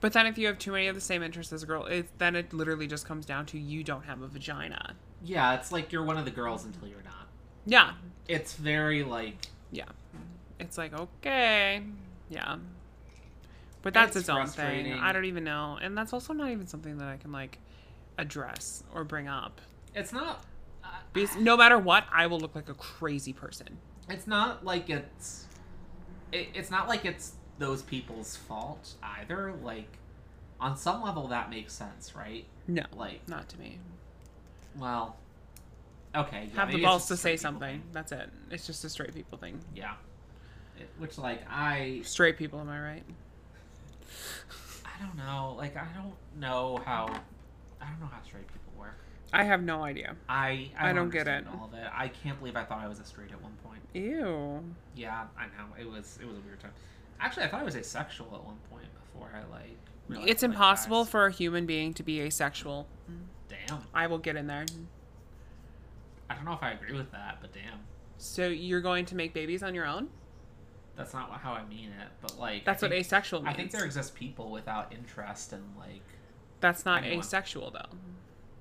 Speaker 1: But then if you have too many of the same interests as a girl, it, then it literally just comes down to you don't have a vagina.
Speaker 2: yeah, it's like you're one of the girls until you're not.
Speaker 1: Yeah.
Speaker 2: It's very like
Speaker 1: Yeah. It's like, okay. Yeah. But that's its,
Speaker 2: It's
Speaker 1: own thing.
Speaker 2: frustrating.
Speaker 1: I don't even know. And that's also not even something that I can like address or bring up.
Speaker 2: It's not. I-
Speaker 1: Because no matter what, I will look like a crazy person.
Speaker 2: It's not like it's. It, it's not like it's those people's fault either. Like, on some level, that makes sense, right?
Speaker 1: No,
Speaker 2: Like,
Speaker 1: not to me.
Speaker 2: well, okay. yeah,
Speaker 1: Have
Speaker 2: maybe
Speaker 1: the
Speaker 2: it's
Speaker 1: balls
Speaker 2: just
Speaker 1: to
Speaker 2: a
Speaker 1: say
Speaker 2: straight people
Speaker 1: something.
Speaker 2: thing.
Speaker 1: That's it. It's just a straight people thing.
Speaker 2: Yeah. It, which, like, I
Speaker 1: Straight people, am I right?
Speaker 2: I don't know. Like I don't know how I don't know how straight people work.
Speaker 1: I have no idea.
Speaker 2: I I
Speaker 1: I
Speaker 2: don't,
Speaker 1: don't get
Speaker 2: understand
Speaker 1: it.
Speaker 2: All of it. I can't believe I thought I was a straight at one point.
Speaker 1: Ew.
Speaker 2: Yeah, I know it was it was a weird time. Actually, I thought I was asexual at one point before I like. realized
Speaker 1: It's
Speaker 2: I like
Speaker 1: impossible
Speaker 2: guys.
Speaker 1: for a human being to be asexual.
Speaker 2: Damn,
Speaker 1: I will get in there.
Speaker 2: I don't know if I agree with that, but damn,
Speaker 1: So you're going to make babies on your own?
Speaker 2: that's not how I mean it. But like,
Speaker 1: That's
Speaker 2: I
Speaker 1: what
Speaker 2: think,
Speaker 1: asexual
Speaker 2: I
Speaker 1: means.
Speaker 2: think there exist people without interest in like.
Speaker 1: That's not
Speaker 2: anyone.
Speaker 1: asexual though.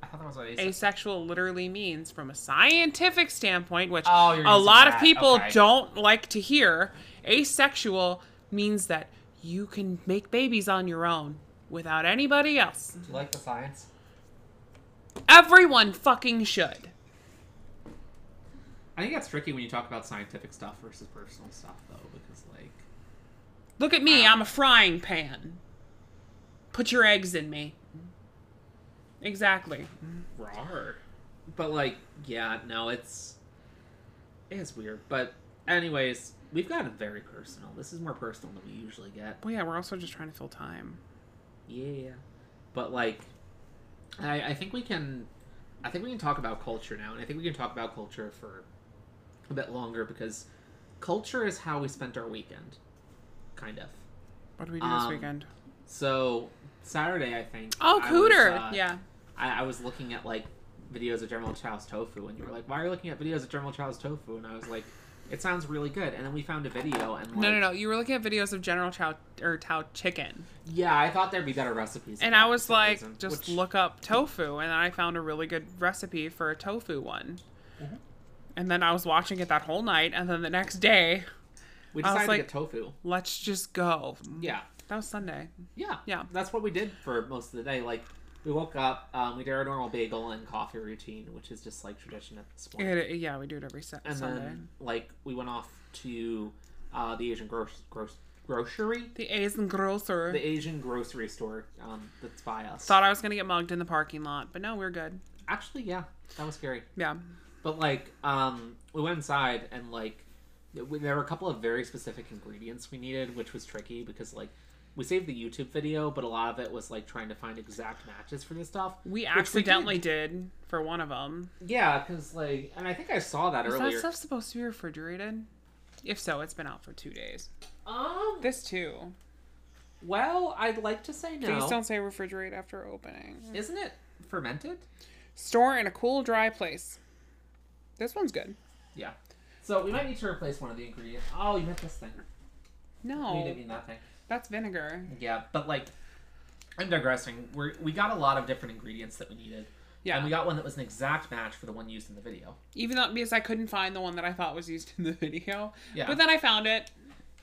Speaker 2: I thought that was what asexual.
Speaker 1: asexual literally means from a scientific standpoint, which
Speaker 2: Oh, you're
Speaker 1: a
Speaker 2: using
Speaker 1: lot of
Speaker 2: that.
Speaker 1: people
Speaker 2: Okay.
Speaker 1: don't like to hear. Asexual means that you can make babies on your own without anybody else.
Speaker 2: Do you like the science?
Speaker 1: Everyone fucking should.
Speaker 2: I think that's tricky when you talk about scientific stuff versus personal stuff, though, because like.
Speaker 1: Look at me, I'm a frying pan. Put your eggs in me. Exactly.
Speaker 2: Rar. But like, yeah, no, it's it is weird. But anyways, we've gotten very personal. This is more personal than we usually get.
Speaker 1: Well, yeah, we're also just trying to fill time.
Speaker 2: Yeah. But like I, I think we can I think we can talk about culture now, and I think we can talk about culture for a bit longer because culture is how we spent our weekend. Kind of.
Speaker 1: What do we do this
Speaker 2: Um,
Speaker 1: weekend?
Speaker 2: So Saturday I think
Speaker 1: Oh,
Speaker 2: I was,
Speaker 1: cooter.
Speaker 2: uh,
Speaker 1: yeah.
Speaker 2: I, I was looking at like videos of General Chow's tofu, and you were like, "Why are you looking at videos of General Chow's tofu?" And I was like, "It sounds really good." And then we found a video, and like,
Speaker 1: No, no, no. You were looking at videos of General Chow or Chow chicken.
Speaker 2: yeah, I thought there'd be better recipes.
Speaker 1: And
Speaker 2: for
Speaker 1: I
Speaker 2: that for
Speaker 1: was
Speaker 2: some
Speaker 1: like,
Speaker 2: reason,
Speaker 1: just
Speaker 2: which-
Speaker 1: look up tofu, and I found a really good recipe for a tofu one.
Speaker 2: Mm-hmm.
Speaker 1: And then I was watching it that whole night, and then the next day,
Speaker 2: We
Speaker 1: I was
Speaker 2: decided to
Speaker 1: like-
Speaker 2: get tofu.
Speaker 1: let's just go.
Speaker 2: Yeah,
Speaker 1: That was Sunday.
Speaker 2: yeah,
Speaker 1: Yeah.
Speaker 2: That's what we did for most of the day. Like, we woke up, um, we did our normal bagel and coffee routine, which is just like tradition at this point.
Speaker 1: It, yeah, we do it every Sa-
Speaker 2: and
Speaker 1: Sunday.
Speaker 2: then like we went off to uh, the Asian gross, gross grocery,
Speaker 1: the Asian grocer
Speaker 2: the Asian grocery store um, that's by us.
Speaker 1: thought I was gonna get mugged in the parking lot, but no, we're good.
Speaker 2: Actually, yeah, that was scary.
Speaker 1: Yeah,
Speaker 2: But like, um, we went inside and like, we- there were a couple of very specific ingredients we needed, which was tricky because like, we saved the YouTube video, but a lot of it was like trying to find exact matches for this stuff.
Speaker 1: we
Speaker 2: which
Speaker 1: accidentally
Speaker 2: did.
Speaker 1: did. for one of them.
Speaker 2: yeah, because like, and I think I saw that
Speaker 1: Is that
Speaker 2: earlier.
Speaker 1: stuff supposed to be refrigerated? If so, it's been out for two days.
Speaker 2: Um,
Speaker 1: This too.
Speaker 2: well, I'd like to say
Speaker 1: Please
Speaker 2: no.
Speaker 1: don't say refrigerate after opening.
Speaker 2: Isn't it fermented?
Speaker 1: Store in a cool, dry place. This one's good.
Speaker 2: Yeah. So we might need to replace one of the ingredients. Oh, you meant this thing. You
Speaker 1: No,
Speaker 2: didn't mean that thing.
Speaker 1: that's vinegar.
Speaker 2: Yeah, but like, I'm digressing. We we got a lot of different ingredients that we needed.
Speaker 1: Yeah.
Speaker 2: and we got one that was an exact match for the one used in the video.
Speaker 1: Even though because I couldn't find the one that I thought was used in the video,
Speaker 2: Yeah,
Speaker 1: but then I found it.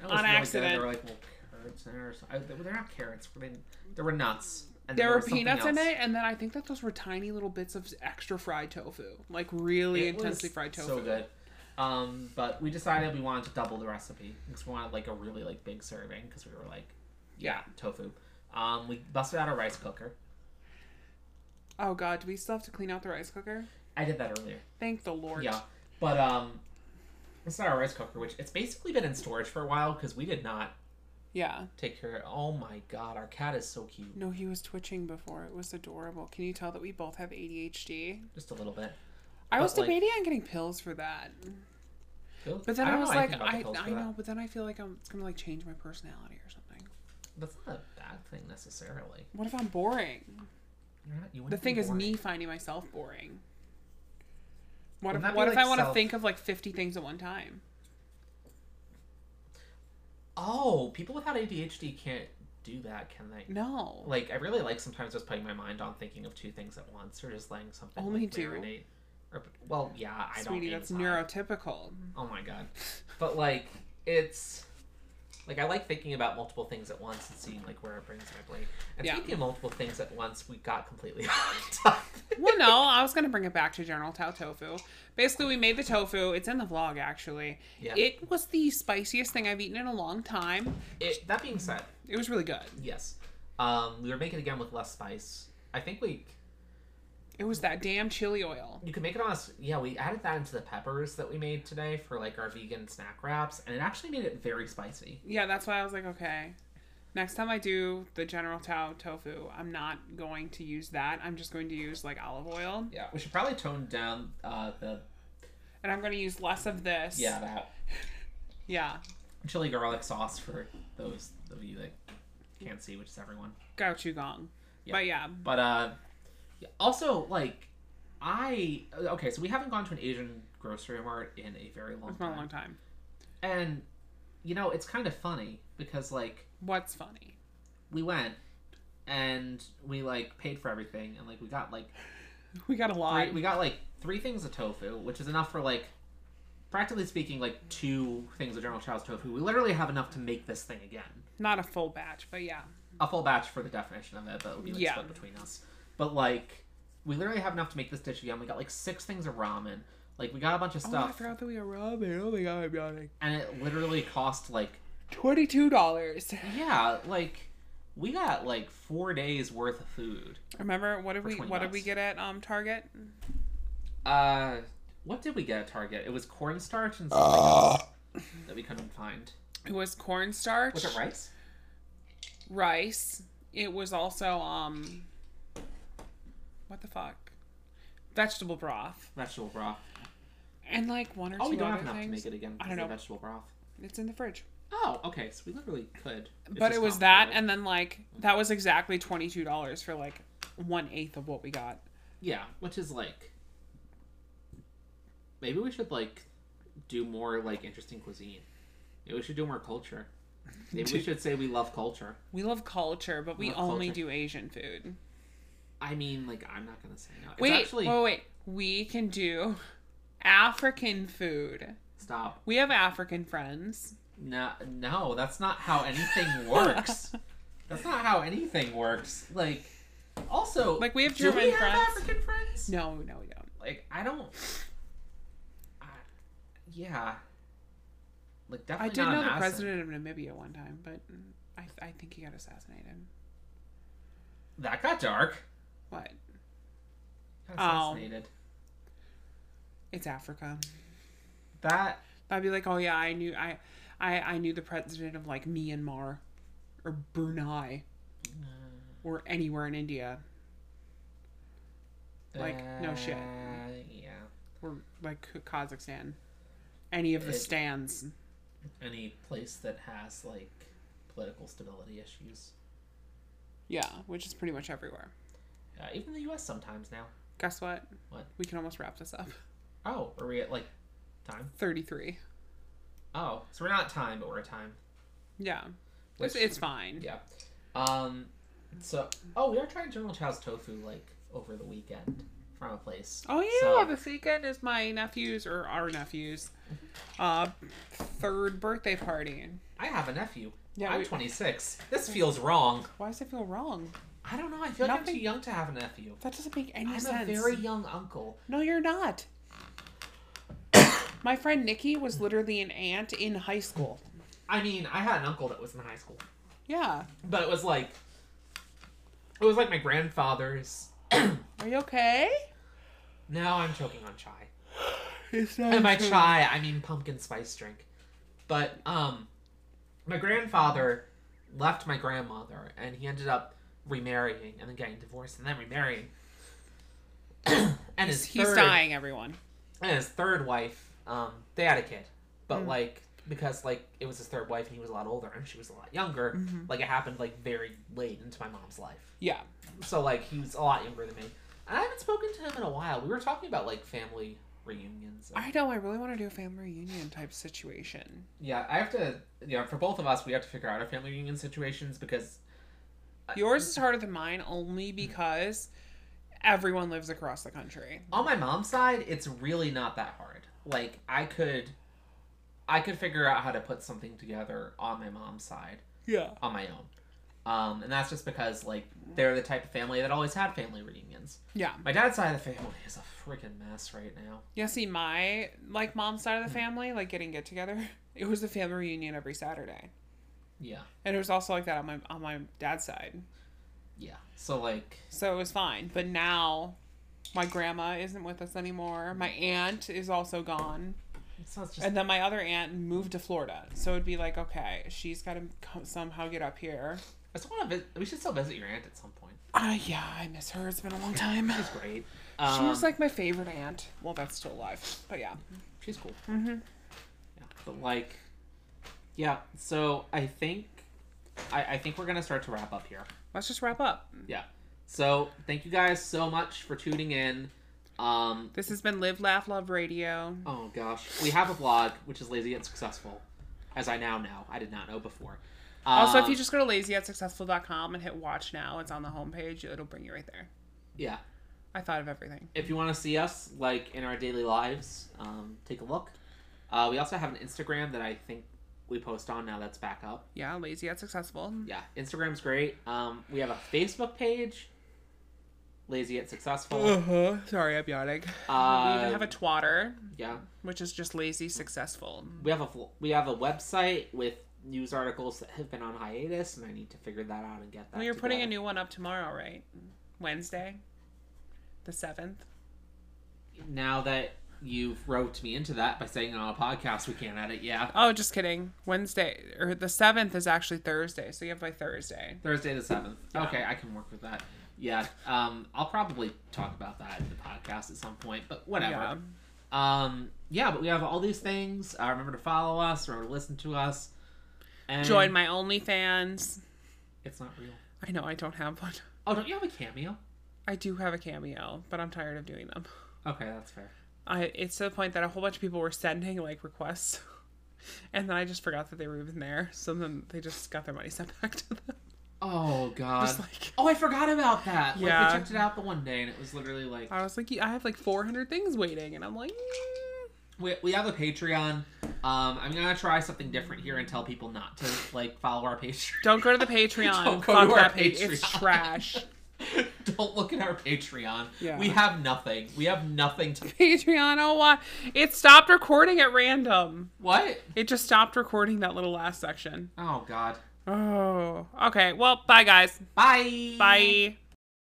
Speaker 2: That
Speaker 1: on
Speaker 2: good.
Speaker 1: accident.
Speaker 2: There were like little carrots in there. Or something. They were not carrots. Were they, there were nuts. And then
Speaker 1: There were
Speaker 2: was something
Speaker 1: peanuts in
Speaker 2: else.
Speaker 1: it, and then I think that those were tiny little bits of extra fried tofu, like really
Speaker 2: It was
Speaker 1: intensely fried tofu.
Speaker 2: So good. Um, but we decided we wanted to double the recipe because we wanted like a really like big serving because we were like, yeah, tofu. Um, we busted out a rice cooker.
Speaker 1: Oh god, do we still have to clean out the rice cooker?
Speaker 2: I did that earlier.
Speaker 1: Thank the Lord.
Speaker 2: Yeah, but um, it's not our rice cooker, which it's basically been in storage for a while because we did not
Speaker 1: Yeah.
Speaker 2: take care. Oh my god, our cat is so cute.
Speaker 1: No, he was twitching before. It was adorable. Can you tell that we both have ADHD?
Speaker 2: Just a little bit.
Speaker 1: I
Speaker 2: But,
Speaker 1: was
Speaker 2: like-
Speaker 1: debating on getting pills for that.
Speaker 2: Feels-
Speaker 1: But then I,
Speaker 2: don't know
Speaker 1: was
Speaker 2: anything
Speaker 1: like,
Speaker 2: about the
Speaker 1: I,
Speaker 2: pills for
Speaker 1: I
Speaker 2: that.
Speaker 1: know, but then I feel like I'm, it's gonna like change my personality or something.
Speaker 2: That's not a bad thing necessarily.
Speaker 1: What if I'm boring?
Speaker 2: You're not, you
Speaker 1: The
Speaker 2: wouldn't
Speaker 1: thing
Speaker 2: be
Speaker 1: is,
Speaker 2: bored.
Speaker 1: me finding myself boring. What
Speaker 2: Wouldn't
Speaker 1: if,
Speaker 2: that be,
Speaker 1: what if
Speaker 2: like,
Speaker 1: I want to
Speaker 2: self-
Speaker 1: think of like 50 things at one time?
Speaker 2: Oh, people without ADHD can't do that, can they?
Speaker 1: No.
Speaker 2: Like, I really like sometimes just putting my mind on thinking of two things at once, or just letting something
Speaker 1: Only
Speaker 2: like,
Speaker 1: two?
Speaker 2: marinate. Or, well, yeah, I don't. Oh
Speaker 1: Sweetie,
Speaker 2: need
Speaker 1: that's
Speaker 2: time.
Speaker 1: neurotypical.
Speaker 2: Oh my god. But like it's Like I like thinking about multiple things at once and seeing like where it brings my brain. And
Speaker 1: Yeah.
Speaker 2: speaking of multiple things at once, we got completely off topic.
Speaker 1: well, no, I was going to bring it back to General Tao tofu. Basically, we made the tofu. It's in the vlog, actually.
Speaker 2: Yeah.
Speaker 1: It was the spiciest thing I've eaten in a long time.
Speaker 2: It, that being said,
Speaker 1: It was really good.
Speaker 2: yes, um, we were making it again with less spice. I think we
Speaker 1: It was that damn chili oil.
Speaker 2: you can make it on us. Yeah, we added that into the peppers that we made today for like our vegan snack wraps, and it actually made it very spicy.
Speaker 1: Yeah, that's why I was like, okay. Next time I do the General Tao tofu, I'm not going to use that. I'm just going to use like olive oil.
Speaker 2: Yeah, we should probably tone down uh, the
Speaker 1: And I'm going to use less of this.
Speaker 2: yeah that
Speaker 1: Yeah.
Speaker 2: chili garlic sauce for those of you that can't see, which is everyone.
Speaker 1: Gao Chu Gong. But yeah.
Speaker 2: But uh, yeah, also like I okay, so we haven't gone to an Asian grocery mart in a very long
Speaker 1: It's been
Speaker 2: time,
Speaker 1: a long time.
Speaker 2: and you know it's kind of funny because like
Speaker 1: What's funny?
Speaker 2: we went and we like paid for everything and like we got like
Speaker 1: We got a lot.
Speaker 2: three, we got like three things of tofu, which is enough for like practically speaking like two things of General Chow's tofu. We literally have enough to make this thing again.
Speaker 1: Not a full batch, but yeah.
Speaker 2: A full batch for the definition of it, but it would be like
Speaker 1: Yeah.
Speaker 2: split between us. But like we literally have enough to make this dish again. We got like six things of ramen. Like we got a bunch of
Speaker 1: Oh, I
Speaker 2: stuff,
Speaker 1: forgot that we were robbing. Oh my god, I'm yawning.
Speaker 2: and it literally cost like
Speaker 1: Twenty-two dollars.
Speaker 2: yeah, like we got like four days worth of food.
Speaker 1: Remember what did we
Speaker 2: 20
Speaker 1: what did
Speaker 2: bucks.
Speaker 1: we get at um Target?
Speaker 2: Uh, what did we get at Target? It was cornstarch and something else that we couldn't find.
Speaker 1: It was cornstarch,
Speaker 2: Was it rice?
Speaker 1: rice. It was also um, what the fuck, vegetable broth,
Speaker 2: Vegetable broth.
Speaker 1: and like one or two
Speaker 2: Oh, we don't
Speaker 1: other
Speaker 2: have enough
Speaker 1: things.
Speaker 2: to make it again.
Speaker 1: I don't
Speaker 2: because of
Speaker 1: know.
Speaker 2: Vegetable broth.
Speaker 1: It's in the fridge.
Speaker 2: Oh, okay. So we literally could. It's
Speaker 1: but
Speaker 2: just
Speaker 1: it was
Speaker 2: not
Speaker 1: that,
Speaker 2: good.
Speaker 1: and then like that was exactly twenty-two dollars for like one eighth of what we got.
Speaker 2: yeah, which is like, maybe we should like do more like interesting cuisine. Maybe we should do more culture. Maybe we should say we love culture.
Speaker 1: We love culture, but we
Speaker 2: Love
Speaker 1: only
Speaker 2: culture.
Speaker 1: do Asian food.
Speaker 2: I mean, like I'm not gonna say no. It's
Speaker 1: Wait,
Speaker 2: actually
Speaker 1: wait, wait. We can do African food.
Speaker 2: stop.
Speaker 1: We have African friends.
Speaker 2: No, no, that's not how anything works. that's not how anything works. Like, also,
Speaker 1: Like, we have
Speaker 2: do we
Speaker 1: German
Speaker 2: have
Speaker 1: friends.
Speaker 2: African friends?
Speaker 1: No, no, we don't.
Speaker 2: like I don't. I, yeah. Like
Speaker 1: I
Speaker 2: definitely.
Speaker 1: did
Speaker 2: not
Speaker 1: know
Speaker 2: an
Speaker 1: the
Speaker 2: Asin.
Speaker 1: president of Namibia one time, but I, I think he got assassinated.
Speaker 2: That got dark.
Speaker 1: What?
Speaker 2: Got
Speaker 1: Oh.
Speaker 2: Assassinated.
Speaker 1: It's Africa.
Speaker 2: That
Speaker 1: I'd be like, oh yeah, I knew I, I, I knew the president of like Myanmar, or Brunei,
Speaker 2: Mm.
Speaker 1: or anywhere in India. Like, no shit.
Speaker 2: uh, Yeah.
Speaker 1: or like Kazakhstan, any of the
Speaker 2: It-
Speaker 1: stands.
Speaker 2: Any place that has like political stability issues.
Speaker 1: Yeah, which is pretty much everywhere.
Speaker 2: Uh, even the U.S. sometimes now.
Speaker 1: Guess what?
Speaker 2: What?
Speaker 1: We can almost wrap this up.
Speaker 2: Oh, are we at like time?
Speaker 1: Thirty-three.
Speaker 2: Oh, so we're not time, but we're a time.
Speaker 1: Yeah, it's,
Speaker 2: Which-
Speaker 1: it's fine.
Speaker 2: Yeah. Um. So, oh, we are trying General Chow's tofu like over the weekend from a place.
Speaker 1: Oh yeah,
Speaker 2: So-
Speaker 1: this weekend is my nephew's or our nephew's uh third birthday party.
Speaker 2: I have a nephew.
Speaker 1: Yeah,
Speaker 2: I'm
Speaker 1: we-
Speaker 2: 26. This feels wrong.
Speaker 1: Why does it feel wrong?
Speaker 2: I don't know. I feel like I'm
Speaker 1: Nothing-
Speaker 2: too young to have a nephew.
Speaker 1: That doesn't make any
Speaker 2: I'm
Speaker 1: sense.
Speaker 2: a very young uncle.
Speaker 1: No, you're not. my friend Nikki was literally an aunt in high school.
Speaker 2: I mean, I had an uncle that was in high school,
Speaker 1: Yeah.
Speaker 2: but it was like, it was like my grandfather's.
Speaker 1: Are you okay?
Speaker 2: Now I'm choking on chai.
Speaker 1: It's
Speaker 2: And by chai, I mean pumpkin spice drink. But um, my grandfather left my grandmother, and he ended up remarrying and then getting divorced and then remarrying. and his
Speaker 1: He's
Speaker 2: third-
Speaker 1: dying, everyone.
Speaker 2: and his third wife, um, they had a kid,
Speaker 1: Mm.
Speaker 2: but like because like it was his third wife and he was a lot older and she was a lot younger,
Speaker 1: Mm-hmm.
Speaker 2: like it happened like very late into my mom's life.
Speaker 1: Yeah.
Speaker 2: So like he was a lot younger than me, and I haven't spoken to him in a while. We were talking about like family reunions. and-
Speaker 1: I know. I really want to do a family reunion type situation.
Speaker 2: yeah, I have to. Yeah, for both of us, we have to figure out our family reunion situations because
Speaker 1: Yours is harder than mine only because everyone lives across the country.
Speaker 2: on my mom's side, it's really not that hard. Like I could, I could figure out how to put something together on my mom's side
Speaker 1: Yeah.
Speaker 2: on my own. Um, and that's just because like they're the type of family that always had family reunions.
Speaker 1: Yeah.
Speaker 2: My dad's side of the family is a freaking mess right now.
Speaker 1: Yeah, see my like mom's side of the family, like getting get together, it was a family reunion every Saturday.
Speaker 2: Yeah,
Speaker 1: And it was also like that on my on my dad's side.
Speaker 2: yeah. So like,
Speaker 1: So it was fine. But now my grandma isn't with us anymore. My aunt is also gone.
Speaker 2: it's not just
Speaker 1: And then my other aunt moved to Florida. So it'd be like, okay, she's got to somehow get up here.
Speaker 2: I just want to. Vis- we should still visit your aunt at some point.
Speaker 1: Uh, yeah, I miss her. It's been a long time.
Speaker 2: She's great. Um,
Speaker 1: she was like my favorite aunt. Well, that's still alive. But yeah.
Speaker 2: she's cool.
Speaker 1: Mm-hmm.
Speaker 2: Yeah, but like, yeah. So I think, I, I think we're gonna start to wrap up here.
Speaker 1: Let's just wrap up.
Speaker 2: Yeah. So thank you guys so much for tuning in. Um.
Speaker 1: This has been Live, Laugh, Love Radio.
Speaker 2: Oh gosh, we have a blog which is lazy and successful, as I now know. I did not know before.
Speaker 1: Also, if
Speaker 2: Um,
Speaker 1: you just go to lazyatsuccessful.com and hit watch now, it's on the homepage. It'll bring you right there.
Speaker 2: yeah.
Speaker 1: I thought of everything.
Speaker 2: if you want to see us like in our daily lives um, take a look uh, we also have an instagram that i think we post on now that's back up
Speaker 1: Yeah, lazy at successful.
Speaker 2: yeah instagram's great um, we have a facebook page lazy at successful
Speaker 1: Uh-huh. Sorry, I'm yawning. we even
Speaker 2: uh,
Speaker 1: have a twatter,
Speaker 2: yeah
Speaker 1: which is just lazy successful.
Speaker 2: we have a fl- we have a website with news articles that have been on hiatus and i need to figure that out and get that
Speaker 1: We are putting a
Speaker 2: together.
Speaker 1: new one up tomorrow, right? Wednesday, the 7th.
Speaker 2: now that you've roped me into that by saying it on a podcast we can't edit yeah
Speaker 1: Oh, just kidding. Wednesday, or the 7th is actually Thursday, so you have by Thursday.
Speaker 2: Thursday the seventh. Okay, I can work with that. Yeah, um, I'll probably talk about that in the podcast at some point, but whatever.
Speaker 1: Yeah.
Speaker 2: Um, yeah, but we have all these things. Uh, remember to follow us, remember to listen to us, and
Speaker 1: Join my OnlyFans.
Speaker 2: It's not real.
Speaker 1: I know I don't have one.
Speaker 2: Oh, don't you have a cameo?
Speaker 1: I do have a cameo, but I'm tired of doing them.
Speaker 2: Okay, that's fair.
Speaker 1: I it's to the point that a whole bunch of people were sending like requests, and then I just forgot that they were even there. So then they just got their money sent back to them.
Speaker 2: Oh God.
Speaker 1: Just like-
Speaker 2: oh, I forgot about that. Like,
Speaker 1: Yeah.
Speaker 2: we checked it out the one day, and it was literally like
Speaker 1: I was like, yeah, I have like 400 things waiting, and I'm like, mm.
Speaker 2: we, we have a Patreon. Um, I'm gonna try something different here and tell people not to like follow our Patreon.
Speaker 1: don't go to the Patreon.
Speaker 2: Don't go
Speaker 1: Fuck
Speaker 2: to our
Speaker 1: that page. It's
Speaker 2: Patreon.
Speaker 1: trash.
Speaker 2: Don't look at our Patreon.
Speaker 1: Yeah.
Speaker 2: We have nothing. We have nothing to.
Speaker 1: Patreon. Oh, why? It stopped recording at random.
Speaker 2: What?
Speaker 1: It just stopped recording that little last section.
Speaker 2: Oh, God.
Speaker 1: Oh. Okay. Well, bye guys.
Speaker 2: Bye.
Speaker 1: Bye.